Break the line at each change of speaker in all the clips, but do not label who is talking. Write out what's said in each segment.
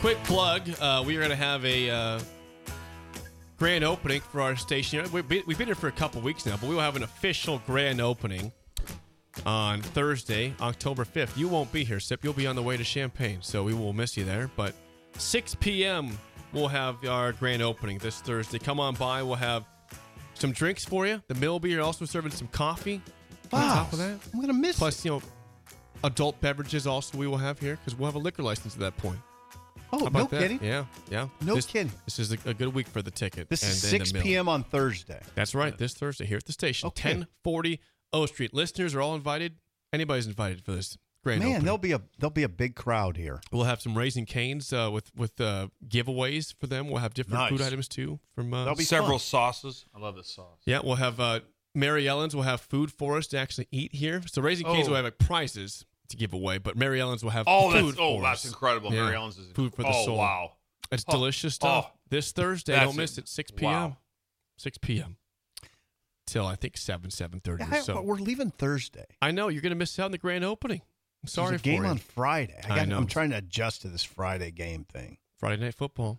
Quick plug: uh, We are going to have a uh, grand opening for our station. We've been, we've been here for a couple weeks now, but we will have an official grand opening on Thursday, October fifth. You won't be here, Sip. You'll be on the way to Champagne, so we will miss you there. But 6 p.m. we'll have our grand opening this Thursday. Come on by. We'll have some drinks for you. The mill will be here, also serving some coffee. On top of that,
I'm gonna miss.
plus you know, adult beverages also we will have here because we'll have a liquor license at that point. How
Oh,
about
no
that?
kidding.
Yeah, yeah.
No
this,
kidding.
This is a, a good week for the ticket.
This is
and then the
6
meal.
p.m. on Thursday.
That's right. This Thursday here at the station,
Okay.
1040 O Street. Listeners are all invited. Anybody's invited for this grand
Man,
opening.
there'll be a there'll be a big crowd here.
We'll have some raising canes uh, with with uh, giveaways for them. We'll have different
Nice.
food items too from uh,
That'll be
Several
fun.
sauces. I love this sauce.
Yeah, we'll have uh, Mary Ellen's. will have food for us to actually eat here. So Raising Cane's
Oh.
will have like, prizes to give away, but Mary Ellen's will have
Oh,
food
that's oh,
for
that's
us.
incredible.
Yeah.
Mary Ellen's is
food for the
oh,
soul.
Wow.
It's
Oh,
delicious stuff.
oh.
this Thursday,
That's
don't miss
it.
it. Six p.m.
Wow.
Six p.m. till I think seven seven thirty
Yeah, I-
or so.
but we're leaving Thursday.
I know you're gonna miss out on the grand opening. I'm sorry
There's a
for
game
you.
on Friday. I,
I
got,
know.
I'm trying to adjust to this Friday game thing.
Friday night football.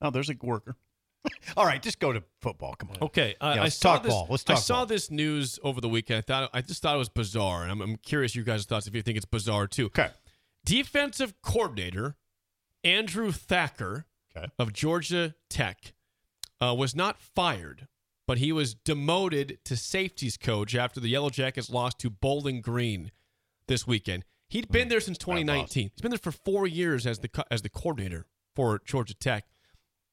Oh, there's a worker. All right, just go to football. Come on.
Okay, I,
Yeah,
I
let's
saw
talk
this.
ball. Let's
I
talk
saw
ball.
this news over the weekend. I thought I just thought it was bizarre, and I'm, I'm curious your guys' thoughts if you think it's bizarre too.
Okay.
Defensive coordinator Andrew Thacker
Okay.
of Georgia Tech uh, was not fired, but he was demoted to safeties coach after the Yellow Jackets lost to Bowling Green this weekend. He'd been there since 2019. He's been there for four years as the co- as the coordinator for Georgia Tech,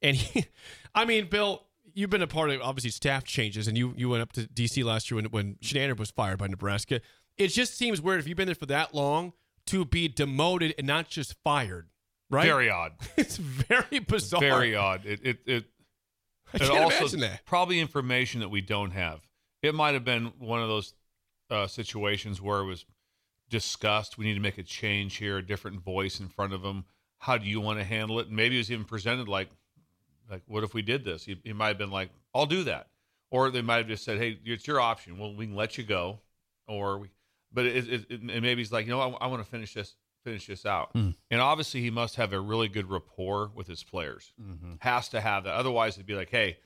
and he, I mean, Bill, you've been a part of obviously staff changes, and you you went up to DC last year when when Shenander was fired by Nebraska. It just seems weird if you've been there for that long to be demoted and not just fired, right?
Very odd.
it's very bizarre.
Very uh, odd. It it it
I
and
can't
also
imagine that.
probably information that we don't have. It might have been one of those uh, situations where it was discussed. We need to make a change here, a different voice in front of them. How do you want to handle it? And maybe it was even presented like, like, what if we did this? He, he might have been like, I'll do that, or they might have just said, Hey, it's your option. Well, we can let you go, or we. But it, it, it and maybe he's like, you know, I, I want to finish this, finish this out.
Hmm.
And obviously, he must have a really good rapport with his players.
Mm-hmm.
Has to have that. Otherwise, it'd be like, hey,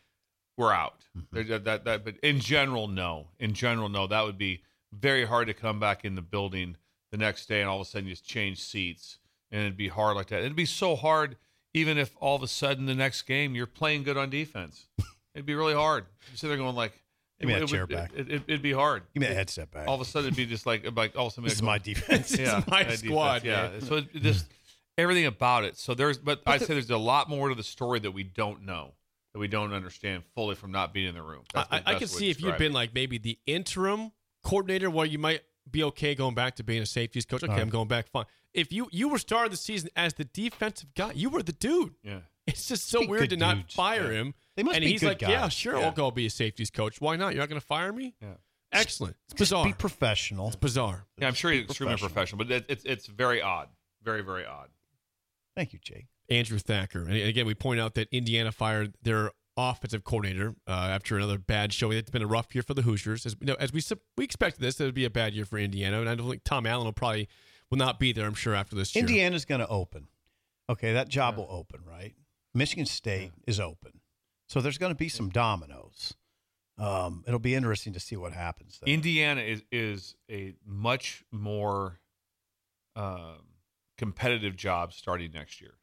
we're out.
Mm-hmm.
That, that, that, but in general, no. In general, no. That would be very hard to come back in the building the next day and all of a sudden just change seats. And it'd be hard like that. It'd be so hard, even if all of a sudden the next game you're playing good on defense. it'd be really hard. You sit there going like,
Give me that
would-
chair back.
It, it, would be hard.
Give me a headset back.
All of a sudden, it'd be just like, like all of a sudden,
this is my defense.
It's my
that defense,
squad,
Yeah.
man.
So it, it just everything about it. So there's, but I'd say there's a lot more to the story that we don't know, that we don't understand fully from not being in the room.
I,
That's the
I- I
best
could
way to
see if you'd
describe it.
been like maybe the interim coordinator, where you might be okay going back to being a safeties coach. Okay,
Uh-huh.
All right.
I'm going back fine. If you you were started the season as the defensive guy, you were the dude.
yeah.
It's just so
Be
weird
good
to not
dudes.
fire
Yeah.
him.
They must
and
be
he's
good
like, yeah,
guys.
sure,
Yeah.
I'll go be a safeties coach. Why not? You're not going to fire me?
Yeah.
Excellent. It's
Just
bizarre.
Be professional.
it's bizarre.
Yeah, I'm sure
Be
he's extremely professional, but it, it's it's very odd, very very odd.
Thank you, Jake.
Andrew Thacker. And again, we point out that Indiana fired their offensive coordinator uh, after another bad showing. It's been a rough year for the Hoosiers. As, you know, as we sup- we expected this, it would be a bad year for Indiana. And I don't think Tom Allen will probably will not be there. I'm sure after this year.
Indiana's going to open. Okay, that job will open, right? Michigan State is open. So there's going to be some dominoes. Um, it'll be interesting to see what happens. There.
Indiana is is a much more um, competitive job starting next year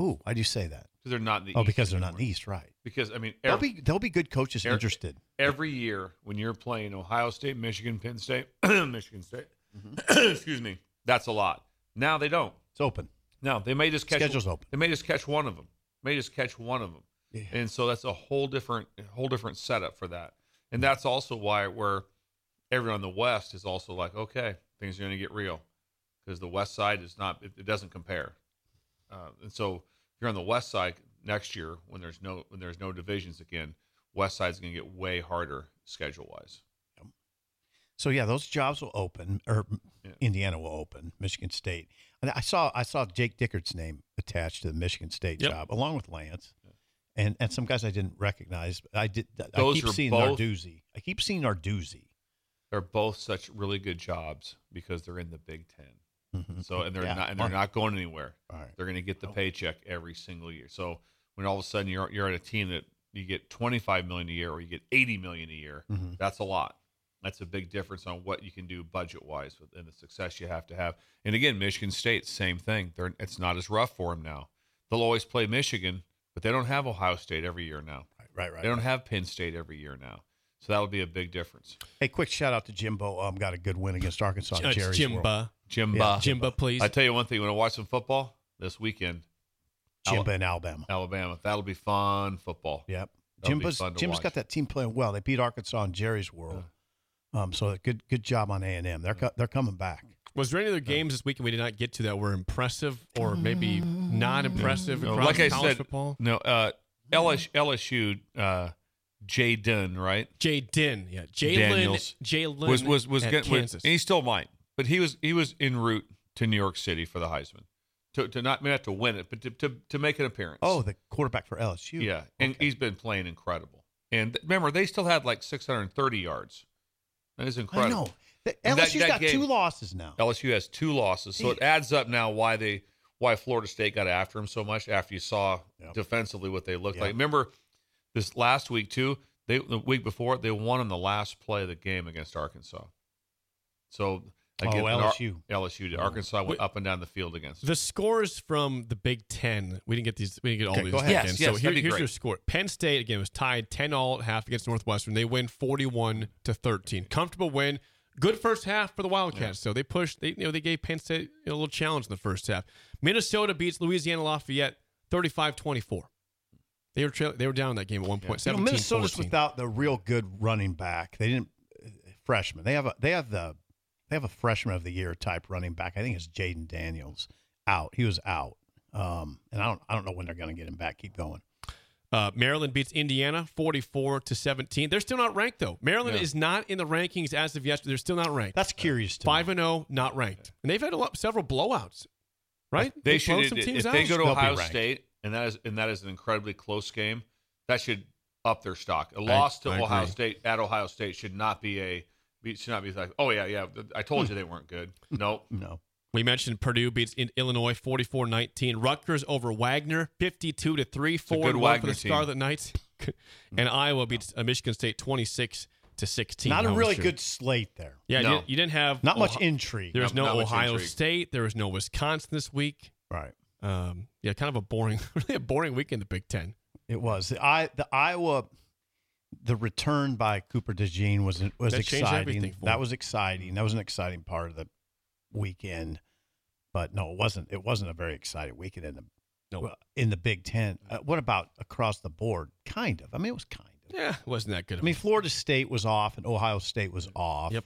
Ooh, why do you say that?
because they're not in the
Oh,
East
because they're not in the
anymore.
East, right?
Because I mean,
There'll
every-
be there'll be good coaches
Eric-
interested.
every year when you're playing Ohio State, Michigan, Penn State, Michigan State, excuse me, that's a lot. Now they don't.
It's open.
Now they may just catch
Schedule's open.
They may just catch one of them. may just catch one of them.
Yeah.
And so that's a whole different whole different setup for that. And that's also why where everyone in the West is also like, okay, things are going to get real because the West side is not it, it doesn't compare. Uh, and so if you're on the West side next year when there's no when there's no divisions again, West side's going to get way harder schedule wise.
So yeah, those jobs will open, or
Yeah.
Indiana will open, Michigan State. And I saw I saw Jake Dickard's name attached to the Michigan State
Yep.
job, along with Lance, and and some guys I didn't recognize. But I did.
Those
I keep
are
seeing
both-
Narduzzi. I keep seeing Narduzzi.
They're both such really good jobs because they're in the Big 10.
Mhm.
So and they're
Yeah.
not and they're not going anywhere.
All right.
They're going to get the paycheck every single year. So when all of a sudden you're you're at a team that you get 25 million a year or you get 80 million a year,
Mhm.
that's a lot. That's a big difference on what you can do budget wise and the success you have to have. And again, Michigan State, same thing. They're it's not as rough for them now. They'll always play Michigan, but they don't have Ohio State every year now.
Right, right, right.
They don't have Penn State every year now. So that would be a big difference.
Hey, quick shout out to Jimbo. Um, got a good win against Arkansas. at
Uh,
Jerry's World.
Jimba.
Jimba.
Jimba, please.
I tell you one thing, you want to watch some football this weekend,
Jimbo in Alabama.
Alabama. That'll be fun football.
Yep.
That'll be
Jimbo's
fun to
Jim's
watch.
got that team playing well. They beat Arkansas in Jerry's World. Um, so good good job on A and M. They're co- they're coming back.
Was there any other games this weekend we did not get to that were impressive or maybe not impressive
No,
across
like I
college
said,
football?
no, uh, LSU, LSU uh, Jay Dunn, right?
Jay Din, yeah, Jalen,
Daniels
Jalen
was was was,
at
get- was-
Kansas.
and he still might, but he was he was en route to New York City for the Heisman, to to not not to win it, but to to, to make an appearance.
Oh, the quarterback for LSU.
yeah, and
Okay.
he's been playing incredible. And th- remember, they still had like 630 yards. That is
I
incredible.
know. The,
And that-
LSU's
that
got
game-
two losses now.
LSU has two losses, so it adds up now why they why Florida State got after him so much after you saw
Yep.
defensively what they looked
Yep.
like. Remember this last week too. They the week before they won on the last play of the game against Arkansas. So
Oh,
again,
LSU.
LSU,
Oh.
did. Arkansas went
Wait.
up and down the field against.
the scores from the Big Ten. We didn't get these. We didn't get all
Okay,
these.
go ahead.
again.
Yes,
so
yes,
here-
that'd be
here's
great.
your score. Penn State again was tied ten all at half against Northwestern. They win forty one to thirteen. Comfortable win. Good first half for the Wildcats. So they pushed. They you know they gave Penn State you know, a little challenge in the first half. Minnesota beats Louisiana Lafayette 35-24. They were trail, they were down in that game at one point.
You know,
17
Minnesota's without the real good running back. They didn't uh, freshman. They have a they have the they have a freshman of the year type running back. I think it's Jaden Daniels out. He was out. Um, and I don't I don't know when they're going to get him back. Keep going.
Uh, Maryland beats Indiana 44 to 17. They're still not ranked though. Maryland
Yeah.
is not in the rankings as of yesterday. They're still not ranked.
Uh,
That's curious to me.
Five and zero, not ranked, and they've had a lot, several blowouts. Right?
They
They've blown
should
some
if
teams
if
out.
they go to
They'll be
Ohio
ranked.
State and that is and that is an incredibly close game. That should up their stock. A loss to
I
Ohio
agree.
State at Ohio State should not be a be- should not be like oh yeah yeah I told you they weren't good.
Hmm.
Nope.
No.
we mentioned Purdue beats in Illinois 44-19. Rutgers over Wagner 52 to 3, 4
good
and one for
Wagner
the
team.
Scarlet Knights. and Iowa beats uh, Michigan State 26 to 16.
Not
That
a
was
really
true.
good slate there.
Yeah, you
No.
didn't- you didn't have
Oh,
Not much
Ohio-
intrigue.
There was
Not-
no
not much
Ohio
intrigue.
State, there was no Wisconsin this week.
Right.
Um, yeah, kind of a boring, really a boring week in the Big Ten.
It was the I the Iowa the return by Cooper DeJean was was
That changed everything
exciting.
for
That
him.
was exciting. That was an exciting part of the weekend. But no, it wasn't. It wasn't a very exciting weekend in the
No.
in the Big Ten. Uh, what about across the board? Kind of. I mean, it was kind of.
Yeah, wasn't that good.
I mean, Florida State was off and Ohio State was off.
Yep.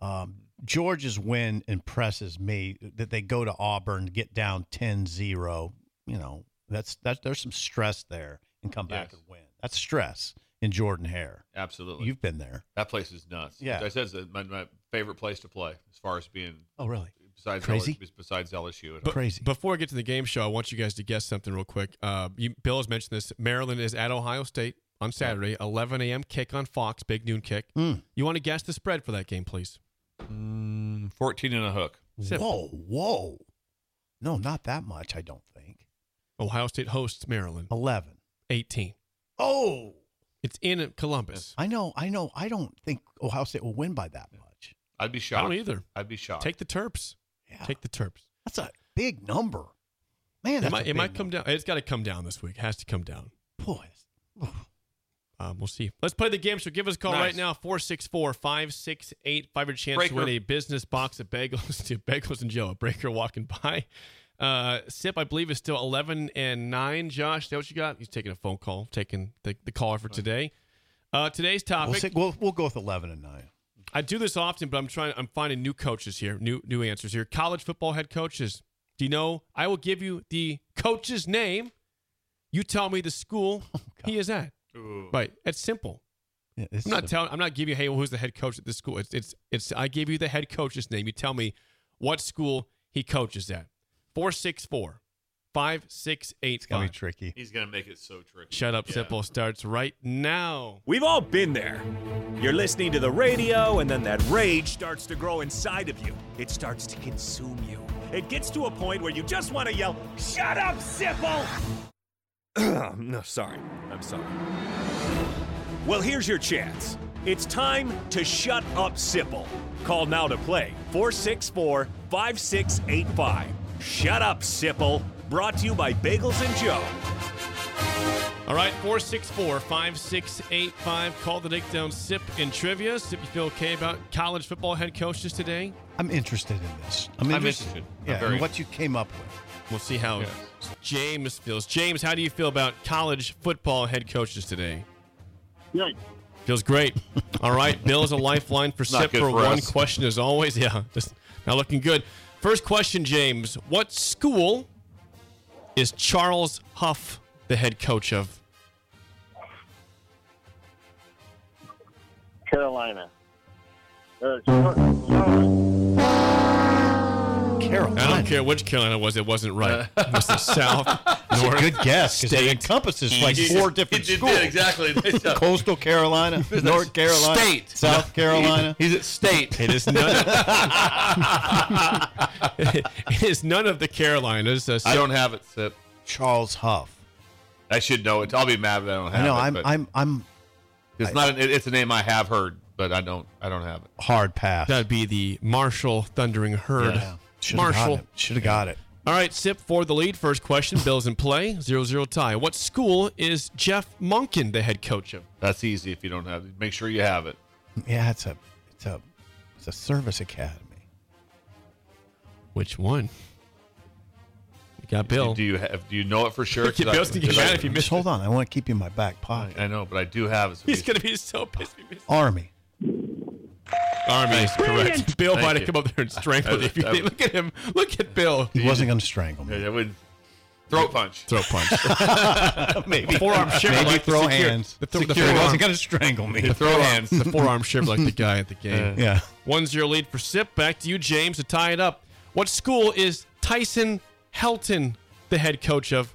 Um, Georgia's win impresses me that they go to Auburn, get down 10-0. You know, that's that. There's some stress there and come back
Yes.
and win. That's stress in Jordan Hare.
Absolutely.
You've been there.
that place is nuts.
Yeah.
As I said it's the- my, my favorite place to play as far as being
Oh, really?
besides
Crazy?
LSU, besides LSU.
But
Crazy.
Before I get to the game show, I want you guys to guess something real quick. Uh, you, Bill has mentioned this. Maryland is at Ohio State on Saturday, 11 a.m. kick on Fox, big noon kick.
Mm.
You want to guess the spread for that game, please?
Mm, 14 and a hook.
Simple.
Whoa, whoa. No, not that much. I don't think.
Ohio State hosts Maryland,
Eleven.
18.
Oh,
It's in Columbus.
I know. I know. I don't think Ohio State will win by that much.
I'd be shocked.
I don't either.
I'd be shocked.
Take the Terps.
Yeah.
Take the Terps.
That's a big number. Man, that's
it might,
a
it
big
might come
number.
down. It's got to come down this week. It has to come down.
Boy, that's-
Um, we'll see. Let's play the game. So give us a call
Nice.
right now 464 568 5 your chance to
Breaker.
win a business box of bagels to Bagels and Joe. A breaker walking by. Uh, Sip, I believe, is still 11 and 9. Josh, is that what you got? He's taking a phone call, taking the, the caller for today. Uh, today's topic.
We'll, say, we'll, we'll go with 11 and 9.
I do this often, but I'm trying. I'm finding new coaches here, new new answers here. College football head coaches. Do you know? I will give you the coach's name. You tell me the school
Oh,
he is at. Right. It's simple.
Yeah, it's
I'm not
the-
telling. I'm not giving you. Hey, well, who's the head coach at this school? It's it's it's. I give you the head coach's name. You tell me what school he coaches at. Four six four, five six eight
it's going to
five.
be tricky.
He's gonna make it so tricky.
Shut up,
Yeah.
simple starts right now.
We've all been there. You're listening to the radio, and then that rage starts to grow inside of you. It starts to consume you. It gets to a point where you just want to yell, Shut up, Sipple! no, sorry. I'm sorry. Well, here's your chance. It's time to shut up, Sipple. Call now to play 464 5685. Shut up, Sipple. Brought to you by Bagels and Joe.
All right, 464 5685. Call the Nick Down Sip in trivia. Sip, you feel okay about college football head coaches today?
I'm interested in this. I'm
I'm
interested,
interested. I'm
Yeah,
very
in what you came up with.
We'll see how
Yes.
James feels. James, how do you feel about college football head coaches today?
Good.
Feels great. All right, Bill is a lifeline for
Not
Sip
good
for,
for
one
us.
question as always. Yeah, just not looking good. First question, James. What school is Charles Huff the head coach of?
Carolina. Uh, Charlotte. Charlotte.
Carolina.
I don't care which Carolina it was, it wasn't right. It was the South, North,
Good guess, because it encompasses like
He-
four different
he did
schools.
that exactly.
Coastal Carolina, North Carolina,
State.
South Carolina.
He's at state.
It is none. Of, it is none of the Carolinas. Uh,
I
so
don't have it, Sip.
Charles Huff.
I should know it. I'll be mad that I don't
I
have
know.
it.
I'm.
but
I'm. I'm
it's not. An, it- it's a name I have heard, but I don't. I don't have it.
hard pass.
that'd be the Marshall Thundering Herd.
Should have got
Marshall.
it. Should have got it.
All right, Sip for the lead. First question. Bill's in play. Zero zero tie. What school is Jeff Monken the head coach of?
That's easy if you don't have it. Make sure you have it.
Yeah, it's a. It's a. It's a service academy.
Which one? You got Bill.
Do you have? Do you know it for sure? 'Cause I-
Bill's gonna get
because I-
mad if you
Just
miss.
hold on. I want to keep you in my back pocket.
I know, but I do have it. so
He's
we-
gonna be so pissed. if he misses.
Army.
Army is correct. Bill
Thank
might
you.
have come up there and strangled you.
I- I-
Look at him. Look at Bill.
He wasn't going to strangle me.
I would throat punch.
Throw punch.
Maybe
Forearm shiver
Maybe
like the
throw
secure-
hands.
the throw- the
Secure- he
forearm.
wasn't going to strangle me.
Throw hands.
the forearm shiver like the guy at the game.
Yeah.
One zero lead for Sip. Back to you, James, to tie it up. What school is Tyson Helton the head coach of?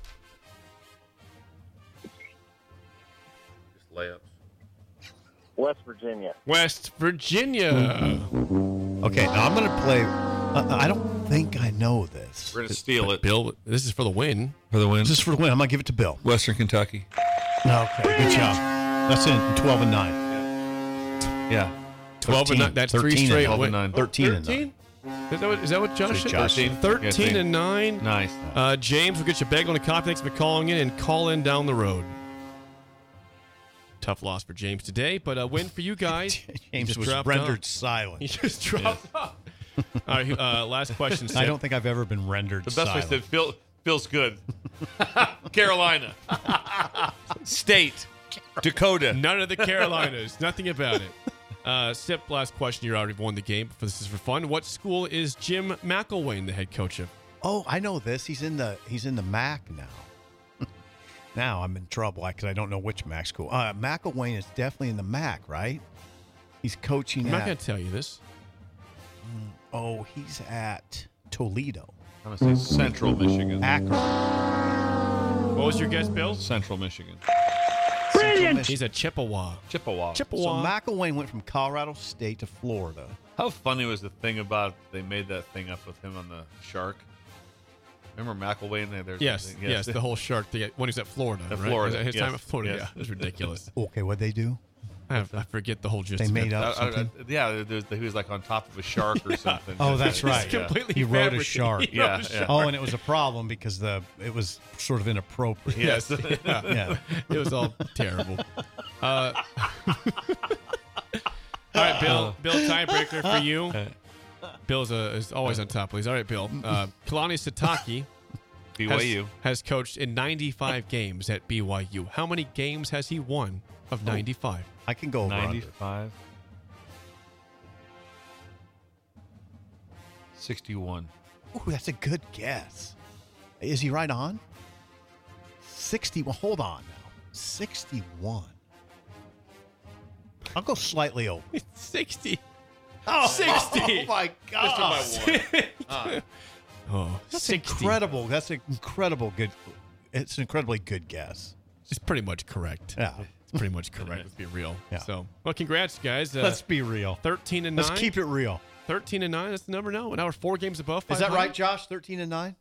Layups.
West Virginia.
West Virginia.
Mm-hmm.
Okay. Now I'm going to play. Uh, I don't think I know this.
We're gonna steal it
Bill, this is for the win.
for the win.
This is for the win. I'm going to give it to Bill.
Western Kentucky.
Okay. Good job. That's in 12 and nine.
Yeah.
12 and
13,
nine. That's three
13 and
straight.
12 and
win-
nine.
13 and nine.
Is that what, is that what Josh
Say
said?
Josh.
13.
13 and 9.
Nice.
Uh, James, we'll get you back on the copy. Thanks for calling in and call in down the road. Tough loss for James today, but a win for you guys. He
James
just
was
dropped
rendered
off. He
silent.
just dropped off. All right, uh, last question.
I
Sip.
don't think I've ever been rendered
The best way
silent.
said feel, feels good. Carolina. State. Dakota.
None of the Carolinas. Nothing about it. Uh, Sip, last question. You already won the game, but this is for fun. What school is Jim McElwain the head coach of?
oh, I know this. He's in the he's in the Mac now. now I'm in trouble because I don't know which Mac school. Uh, McElwain is definitely in the Mac, right? He's coaching
I'm not going
at.
to tell you this.
Oh, he's at Toledo,
I'm gonna say Central Michigan.
Akron.
What was your guess, Bill?
Central Michigan.
Brilliant.
He's a Chippewa.
Chippewa.
So
Chippewa.
McElwain went from Colorado State to Florida.
How funny was the thing about they made that thing up with him on the shark? Remember McElwain? There- There's
Yes,
something-
yes, the whole shark thing when he's at Florida.
At
right?
Florida,
his
yes,
time at Florida.
yes.
Yeah, it was ridiculous.
Okay, what they do?
I, I forget the whole gist.
They
of
made
it.
I- I-
up
I-
something.
Uh, yeah, there- there- he was like on top of a shark or something.
Oh, that's right.
Yeah.
Completely
He rode a
fabricated.
shark.
He rode a
Yeah,
shark.
Oh, and it was a problem because the it was sort of inappropriate.
Yes.
Yeah.
It was all terrible. Uh,
Oh.
all right, Bill. Bill tiebreaker for you. Bill's uh, is always on top, please. All right, Bill. Uh, Kalani Sataki has,
BYU.
has coached in 95 games at BYU. How many games has he won of
Oh.
95?
I can go over under.
95. 61.
Ooh, that's a good guess. Is he right on? 61. Hold on now. 61. I'll go slightly over.
60.
Oh,
60.
Oh, my God.
Oh,
That's
60.
incredible. That's an incredible good. It's an incredibly good guess.
It's pretty much correct.
Yeah.
It's pretty much correct. Let's be real.
Yeah.
So, well, congrats, guys. Uh,
Let's be real.
13 and 9.
Let's keep it real.
13 and 9. That's the number now. Now we're four games above.
Is that
500.
right, Josh? 13 and 9?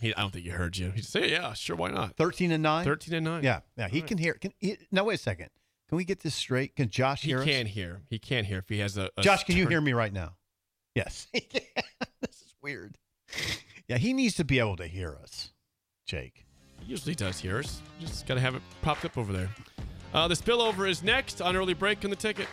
He, I don't think he heard you. He said, yeah, sure, why not?
13 and 9?
13 and 9.
Yeah. Yeah. He
All right.
can hear. Can he, Now, wait a second. Can we get this straight? Can Josh
He
hear us?
can hear. He can hear if he has a. a
Josh, can you
turn-
hear me right now? Yes. this is weird. Yeah, he needs to be able to hear us, Jake.
He usually does hear us. Just got to have it propped up over there. Uh, the spillover is next on early break on the ticket.